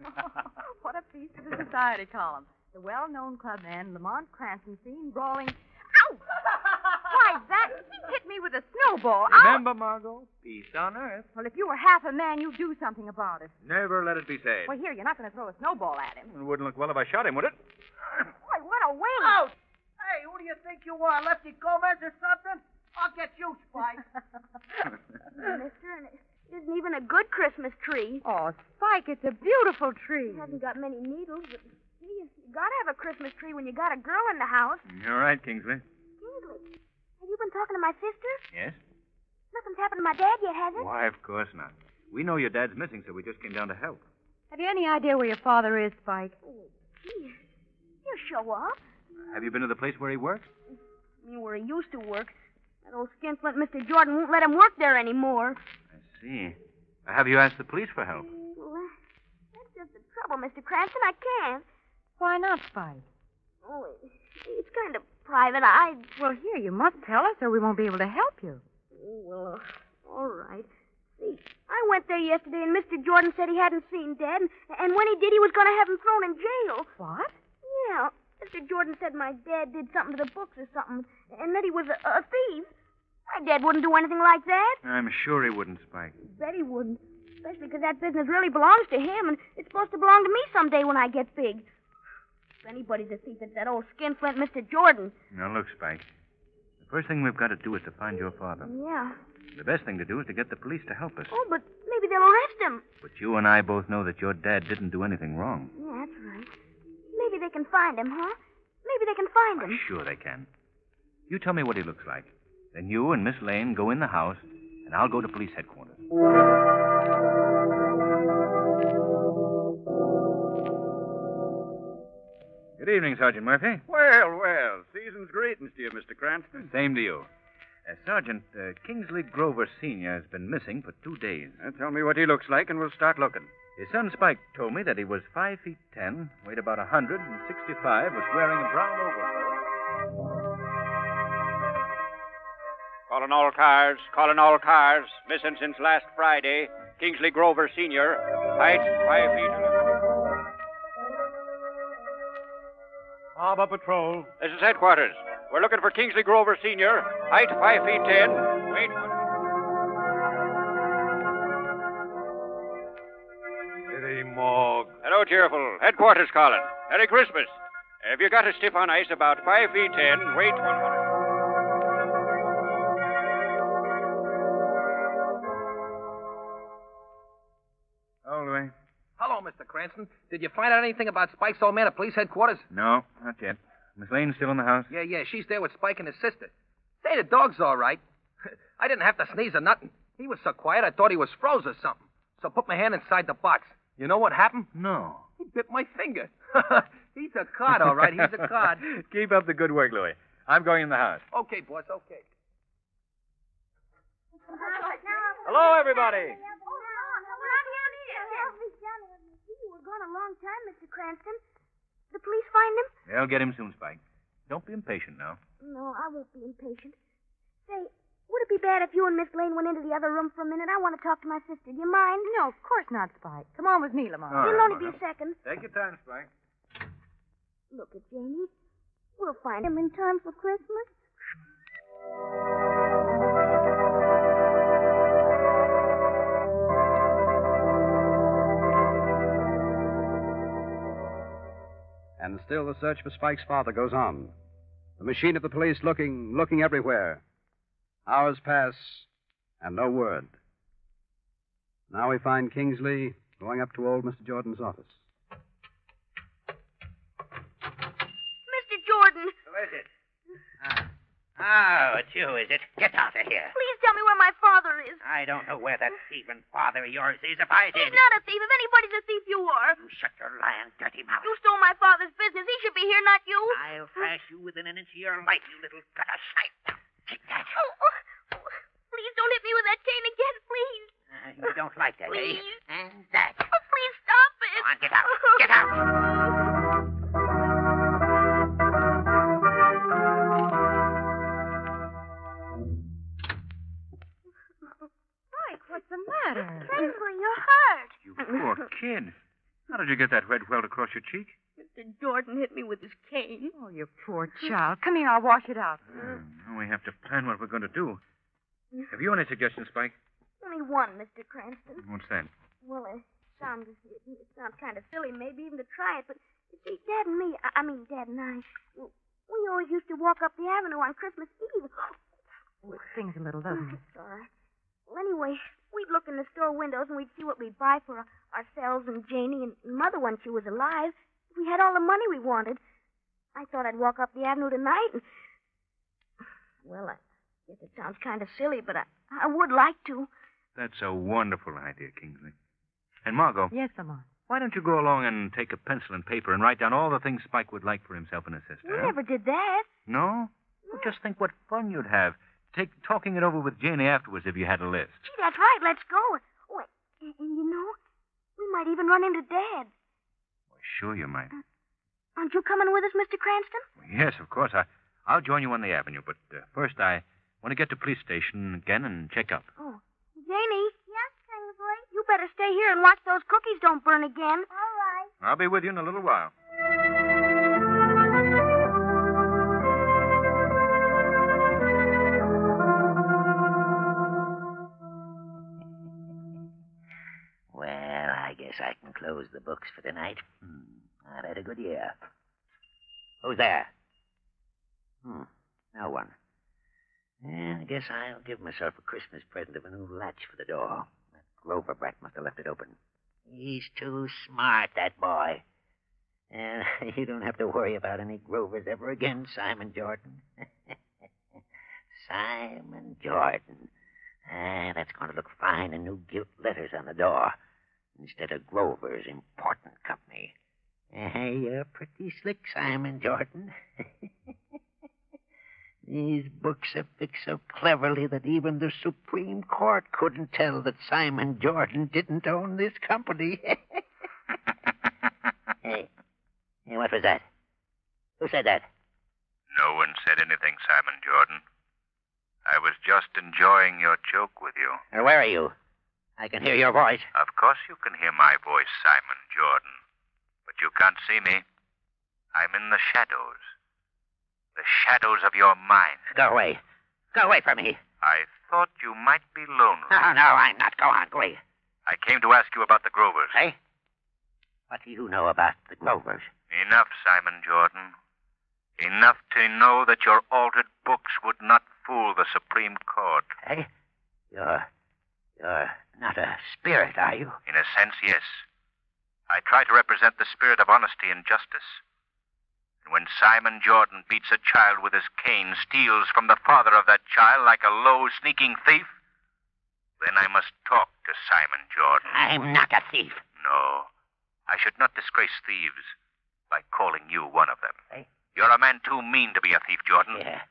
what a piece of the society column. The well-known clubman Lamont Cranston seen brawling. Ow! Why that? He hit me with a snowball. Ow!
Remember, Margot, peace on earth.
Well, if you were half a man, you'd do something about it.
Never let it be said.
Well, here, you're not going to throw a snowball at him.
It wouldn't look well if I shot him, would it?
Why, what a wing!
Out! Oh, Hey, who do you think you are, Lefty Gomez or something? I'll get you, Spike.
Mister, and it isn't even a good Christmas tree.
Oh, Spike, it's a beautiful tree.
It hasn't got many needles, but gee, you gotta have a Christmas tree when you got a girl in the house.
You're right, Kingsley.
Kingsley, have you been talking to my sister?
Yes?
Nothing's happened to my dad yet, has it?
Why, of course not. We know your dad's missing, so we just came down to help.
Have you any idea where your father is, Spike?
Oh, gee, you show up.
Have you been to the place where he works?
I mean, where he used to work. That old skinflint Mr. Jordan won't let him work there anymore.
I see. Have you asked the police for help?
Well, uh, that's just the trouble, Mr. Cranston. I can't.
Why not, Spike?
Oh, it- it's kind of private. I.
Well, here, you must tell us or we won't be able to help you.
Oh, well, all right. See, I went there yesterday, and Mr. Jordan said he hadn't seen Dad, and, and when he did, he was going to have him thrown in jail.
What?
Yeah, Mr. Jordan said my dad did something to the books or something, and that he was a, a thief. My dad wouldn't do anything like that.
I'm sure he wouldn't, Spike.
Bet he wouldn't. Especially because that business really belongs to him, and it's supposed to belong to me someday when I get big. If anybody's a thief, it's that old skinflint Mr. Jordan.
Now, look, Spike. The first thing we've got to do is to find your father.
Yeah.
The best thing to do is to get the police to help us.
Oh, but maybe they'll arrest him.
But you and I both know that your dad didn't do anything wrong.
Yeah, that's right. Maybe they can find him, huh? Maybe they can find him.
Sure they can. You tell me what he looks like. Then you and Miss Lane go in the house, and I'll go to police headquarters. Good evening, Sergeant Murphy.
Well, well, season's greetings to you, Mr. Cranston.
Same to you. Uh, Sergeant uh, Kingsley Grover Sr. has been missing for two days.
Uh, tell me what he looks like, and we'll start looking.
His son Spike told me that he was five feet ten, weighed about a 165, was wearing a brown overcoat.
Calling all cars, calling all cars. Missing since last Friday. Kingsley Grover Sr., height five feet.
Harbor Patrol.
This is headquarters. We're looking for Kingsley Grover Sr., height five feet ten. Wait.
Billy Morg.
Hello, cheerful. Headquarters calling. Merry Christmas. Have you got a stiff on ice about five feet ten? Wait one minute.
Holloway.
Hello, Mr. Cranston. Did you find out anything about Spike's old man at police headquarters?
No, not yet. Miss Lane's still in the house?
Yeah, yeah, she's there with Spike and his sister. Say, the dog's all right. I didn't have to sneeze or nothing. He was so quiet, I thought he was froze or something. So I put my hand inside the box. You know what happened?
No.
He bit my finger. He's a card, all right. He's a card.
Keep up the good work, Louis. I'm going in the house.
Okay, boss, okay.
Hello, everybody.
You were gone a long time, Mr. Cranston. The police find him?
They'll get him soon, Spike. Don't be impatient now.
No, I won't be impatient. Say, would it be bad if you and Miss Lane went into the other room for a minute? I want to talk to my sister. Do you mind?
No, of course not, Spike. Come on with me, Lamont.
It'll only be a second.
Take your time, Spike.
Look at Janie. We'll find him in time for Christmas.
And still the search for Spike's father goes on. The machine of the police looking, looking everywhere. Hours pass, and no word. Now we find Kingsley going up to old Mr. Jordan's office.
Mr. Jordan,
Who is it? Oh, it's you, is it? Get out of here.
please tell me where my father is.
I don't know where that thieving father of yours is if I
He's
did.
not a thief. If anybody's a thief, you are.
You shut your lying, dirty mouth.
You stole my father's business. He should be here, not you.
I'll thrash you within an inch of your life, you little gutter snipe. Take that.
Oh, oh, oh, please don't hit me with that cane again, please.
Uh, you don't like that, eh?
Please.
And that.
Oh, please stop it.
Come on, get out. Get out.
Spike, what's the matter?
Kingsley, you're hurt.
You
Poor kid. How did you get that red welt across your cheek?
Mr. Jordan hit me with his cane.
Oh, you poor child. Come here, I'll wash it out.
Now we have to plan what we're going to do. Have you any suggestions, Spike?
Only one, Mr. Cranston.
What's that?
Well, it sounds it sounds kind of silly, maybe even to try it, but you see, Dad and me, I, I mean Dad and I, w- we always used to walk up the avenue on Christmas Eve.
Oh, it stings a little, doesn't it?
It's all right. Well, anyway, we'd look in the store windows and we'd see what we'd buy for our- ourselves and Janie and Mother when she was alive. We had all the money we wanted. I thought I'd walk up the avenue tonight and. Well, I guess it sounds kind of silly, but I, I would like to.
That's a wonderful idea, Kingsley. And Margot,
Yes, Lamont.
why don't you go along and take a pencil and paper and write down all the things Spike would like for himself and his sister?
We
huh?
never did that.
No? Well, just think what fun you'd have. Take talking it over with Janie afterwards if you had a list.
Gee, that's right. Let's go. Oh, and, and you know, we might even run into Dad.
Sure you might.
Aren't you coming with us, Mr. Cranston?
Yes, of course. I, I'll join you on the avenue, but uh, first I want to get to police station again and check up.
Oh. Janie? Yes, Kingsley? You better stay here and watch those cookies don't burn again. All right.
I'll be with you in a little while.
Well, I guess I can close the books for tonight. Hmm. I've had a good year. Who's there? Hmm. No one. Well, I guess I'll give myself a Christmas present of a new latch for the door. That Grover brat must have left it open. He's too smart, that boy. And you don't have to worry about any Grovers ever again, Simon Jordan. Simon Jordan. Ah, that's going to look fine in new gilt letters on the door instead of Grover's Important Company. Ah, you're pretty slick, Simon Jordan. These books are fixed so cleverly that even the Supreme Court couldn't tell that Simon Jordan didn't own this company. hey, hey, what was that? Who said that?
No one said anything, Simon Jordan. I was just enjoying your joke with you.
Uh, where are you? I can hear your voice.
Of course you can hear my voice, Simon Jordan. But you can't see me. I'm in the shadows. The shadows of your mind.
Go away. Go away from me.
I thought you might be lonely.
No, no, I'm not. Go on, go away.
I came to ask you about the Grovers.
Hey? What do you know about the Grovers?
Enough, Simon Jordan. Enough to know that your altered books would not fool the Supreme Court.
Hey? You're. You're not a spirit, are you?
In a sense, yes. I try to represent the spirit of honesty and justice. And when Simon Jordan beats a child with his cane, steals from the father of that child like a low, sneaking thief, then I must talk to Simon Jordan.
I'm not a thief.
No. I should not disgrace thieves by calling you one of them.
Hey?
You're a man too mean to be a thief, Jordan.
Yeah.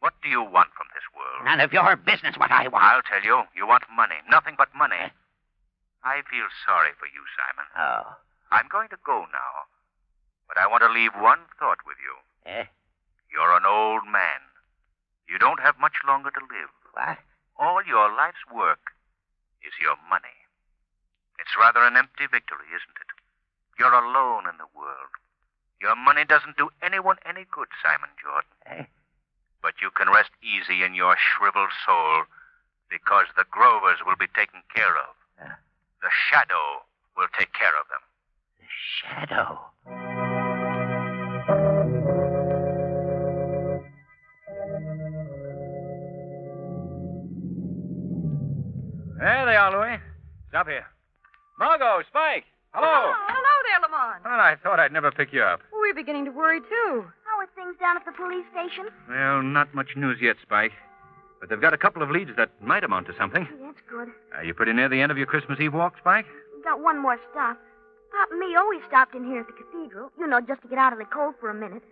What do you want from this world?
None of your business what I want.
I'll tell you. You want money. Nothing but money. I feel sorry for you, Simon.
Oh.
I'm going to go now. But I want to leave one thought with you.
Eh?
You're an old man. You don't have much longer to live.
What?
All your life's work is your money. It's rather an empty victory, isn't it? You're alone in the world. Your money doesn't do anyone any good, Simon Jordan.
Eh?
But you can rest easy in your shriveled soul because the Grovers will be taken care of.
Yeah.
The shadow will take care of them.
The shadow.
There they are, Louis. Stop here. Margot, Spike. Hello.
Oh, hello there, Lamont.
Well, I thought I'd never pick you up.
We're beginning to worry, too.
How are things down at the police station?
Well, not much news yet, Spike. But they've got a couple of leads that might amount to something.
Gee, that's good.
Are you pretty near the end of your Christmas Eve walk, Spike?
We've got one more stop. Pop and me always stopped in here at the cathedral, you know, just to get out of the cold for a minute.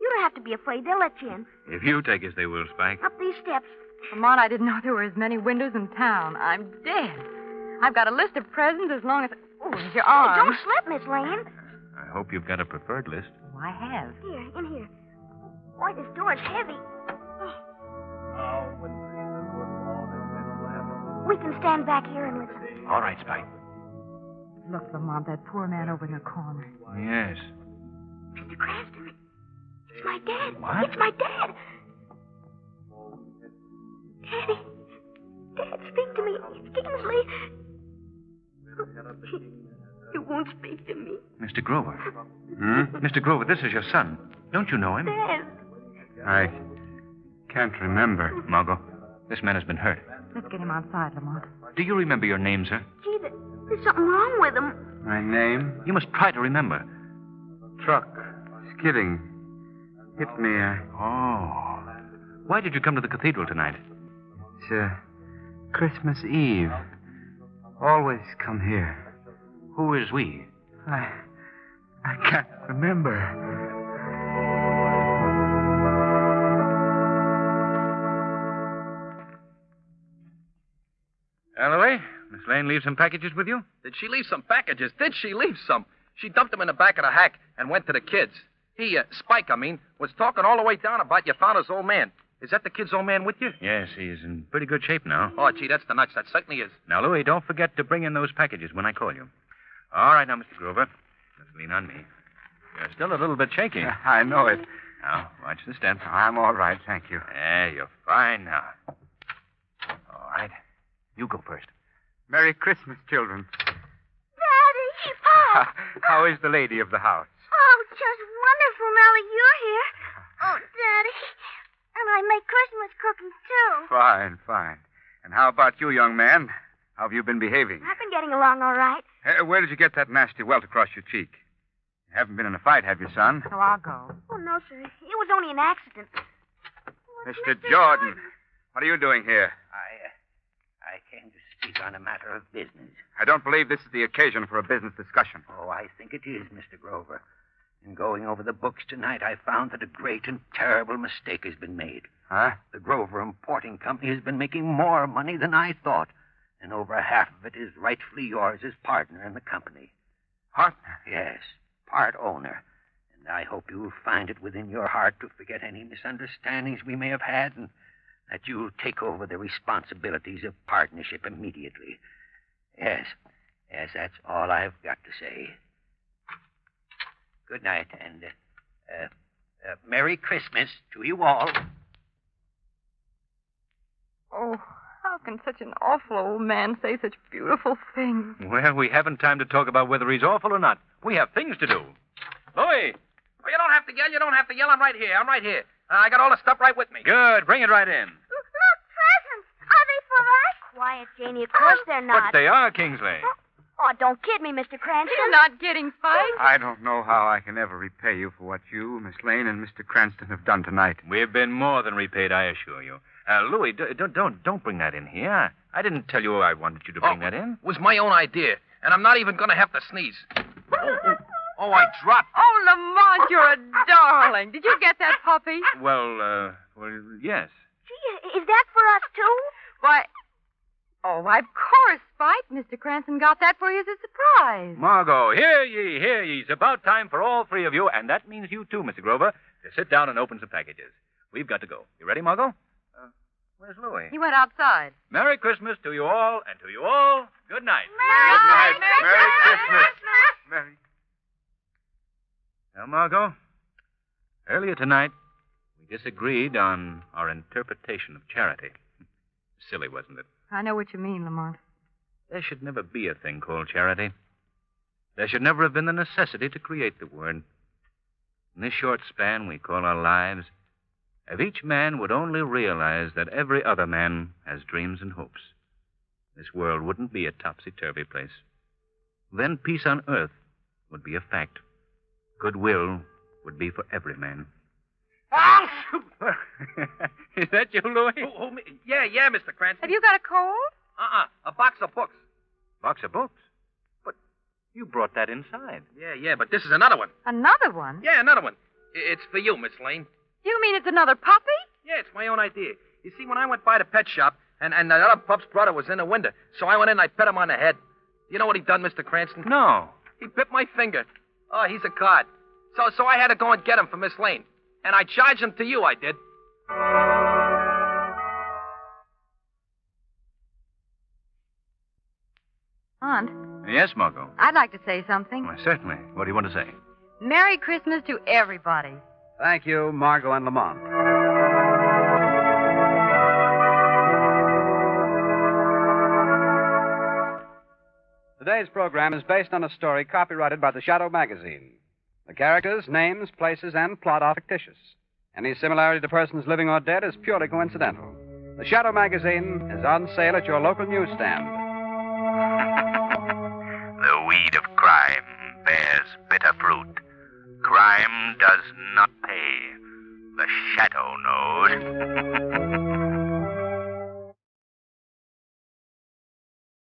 You don't have to be afraid. They'll let you in.
If you take us, they will, Spike.
Up these steps.
Lamont, I didn't know there were as many windows in town. I'm dead. I've got a list of presents as long as. Oh, there's your
Hey,
arm.
don't slip, Miss Lane.
I hope you've got a preferred list.
Oh, I have.
Here, in here. Boy, this door's heavy.
Oh.
We can stand back here and listen.
All right, Spike.
Look, Lamont, that poor man over in the corner.
Oh, Yes.
Mr. Cranston, it's my dad.
What?
It's my dad. Daddy. Dad, speak to me. It's Kingsley.
You won't speak to me.
Mr. Grover. Hmm? Mr. Grover, this is your son. Don't you know him?
Dad.
I can't remember. Margot, this man has been hurt.
Let's get him outside, Lamont.
Do you remember your name, sir?
Gee, there- there's something wrong with him.
My name? You must try to remember. Truck. Skidding. Hit me. uh, Oh. Why did you come to the cathedral tonight?
It's uh, Christmas Eve. Always come here.
Who is we?
I I can't remember.
Ellery, Miss Lane leaves some packages with you?
Did she leave some packages? Did she leave some? She dumped them in the back of the hack and went to the kids. He, uh, Spike, I mean, was talking all the way down about your father's old man. Is that the kid's old man with you?
Yes, he's in pretty good shape now.
Oh, gee, that's the nuts. That certainly is.
Now, Louie, don't forget to bring in those packages when I call you. All right, now, Mr. Grover. Just lean on me. You're still a little bit shaky.
Uh,
I know it.
Now, watch the steps.
I'm all right, thank you.
Yeah, you're fine now. All right. You go first.
Merry Christmas, children.
Daddy, Pop.
How is the lady of the house?
Oh, just wonderful now that you're here. Oh, Daddy. And I make Christmas cookies, too.
Fine, fine. And how about you, young man? How have you been behaving?
I've been getting along all right.
Uh, where did you get that nasty welt across your cheek? You haven't been in a fight, have you, son?
So I'll go.
Oh, no, sir. It was only an accident.
Mr. Jordan. What are you doing here?
I, uh, I came to speak on a matter of business.
I don't believe this is the occasion for a business discussion.
Oh, I think it is, Mr. Grover. In going over the books tonight, I found that a great and terrible mistake has been made.
Huh?
The Grover Importing
Um,
Company has been making more money than I thought, and over half of it is rightfully yours as partner in the company.
Partner?
Yes, part owner. And I hope you'll find it within your heart to forget any misunderstandings we may have had and that you'll take over the responsibilities of partnership immediately. Yes, yes, that's all I've got to say. Good night, and uh, uh, uh, Merry Christmas to you all.
Oh, how can such an awful old man say such beautiful things?
Well, we haven't time to talk about whether he's awful or not. We have things to do.
Louis! Oh, you don't have to yell. You don't have to yell. I'm right here. I'm right here. Uh, I got all the stuff right with me.
Good. Bring it right in.
Look, presents. Are they for us?
Quiet, Janie. Of course they're not.
But they
Ah,
are, Kingsley.
Oh, don't kid me, Mr. Cranston.
You're not getting five.
I don't know how I can ever repay you for what you, Miss Lane, and Mr. Cranston have done tonight.
We've been more than repaid, I assure you. Uh, Louis, d- don't, don't, don't bring that in here. I didn't tell you I wanted you to bring
Oh,
that in.
It was my own idea, and I'm not even going to have to sneeze. Oh, oh, oh, I dropped.
Oh, Lamont, you're a darling. Did you get that puppy?
Well, uh, well, yes.
Gee, is that for us, too?
Why? Oh, why, of course, Spike. Mr. Cranston got that for you as a surprise.
Margot, hear ye, hear ye. It's about time for all three of you, and that means you too, Mr. Grover, to sit down and open some packages. We've got to go. You ready, Margot? Uh, where's Louis?
He went outside.
Merry Christmas to you all, and to you all, good night.
Merry
good night. Merry Christmas. Merry. Now, Margot, earlier tonight, we disagreed on our interpretation of charity. Silly, wasn't it?
I know what you mean, Lamont.
There should never be a thing called charity. There should never have been the necessity to create the word. In this short span we call our lives, if each man would only realize that every other man has dreams and hopes, this world wouldn't be a topsy turvy place. Then peace on earth would be a fact. Goodwill would be for every man. Is that you, Louis?
Oh, oh, me- yeah, yeah, Mr. Cranston.
Have you got a cold?
Uh-uh. A box of books.
Box of books? But you brought that inside.
Yeah, yeah, but this is another one.
Another one?
Yeah, another one. I- It's for you, Miss Lane.
You mean it's another puppy?
Yeah, it's my own idea. You see, when I went by the pet shop, and, and the other pup's brother was in the window, so I went in and I pet him on the head. You know what he done, Mr. Cranston?
No.
He bit my finger. Oh, he's a card. So, so I had to go and get him for Miss Lane. And I charged him to you, I did.
Aunt,
Yes, Margot.
I'd like to say something.
Why, certainly. What do you want to say?
Merry Christmas to everybody.
Thank you, Margot and Lamont. Today's program is based on a story copyrighted by the Shadow Magazine. The characters, names, places, and plot are fictitious. Any similarity to persons living or dead is purely coincidental. The Shadow Magazine is on sale at your local newsstand.
The weed of crime bears bitter fruit. Crime does not pay. The shadow knows.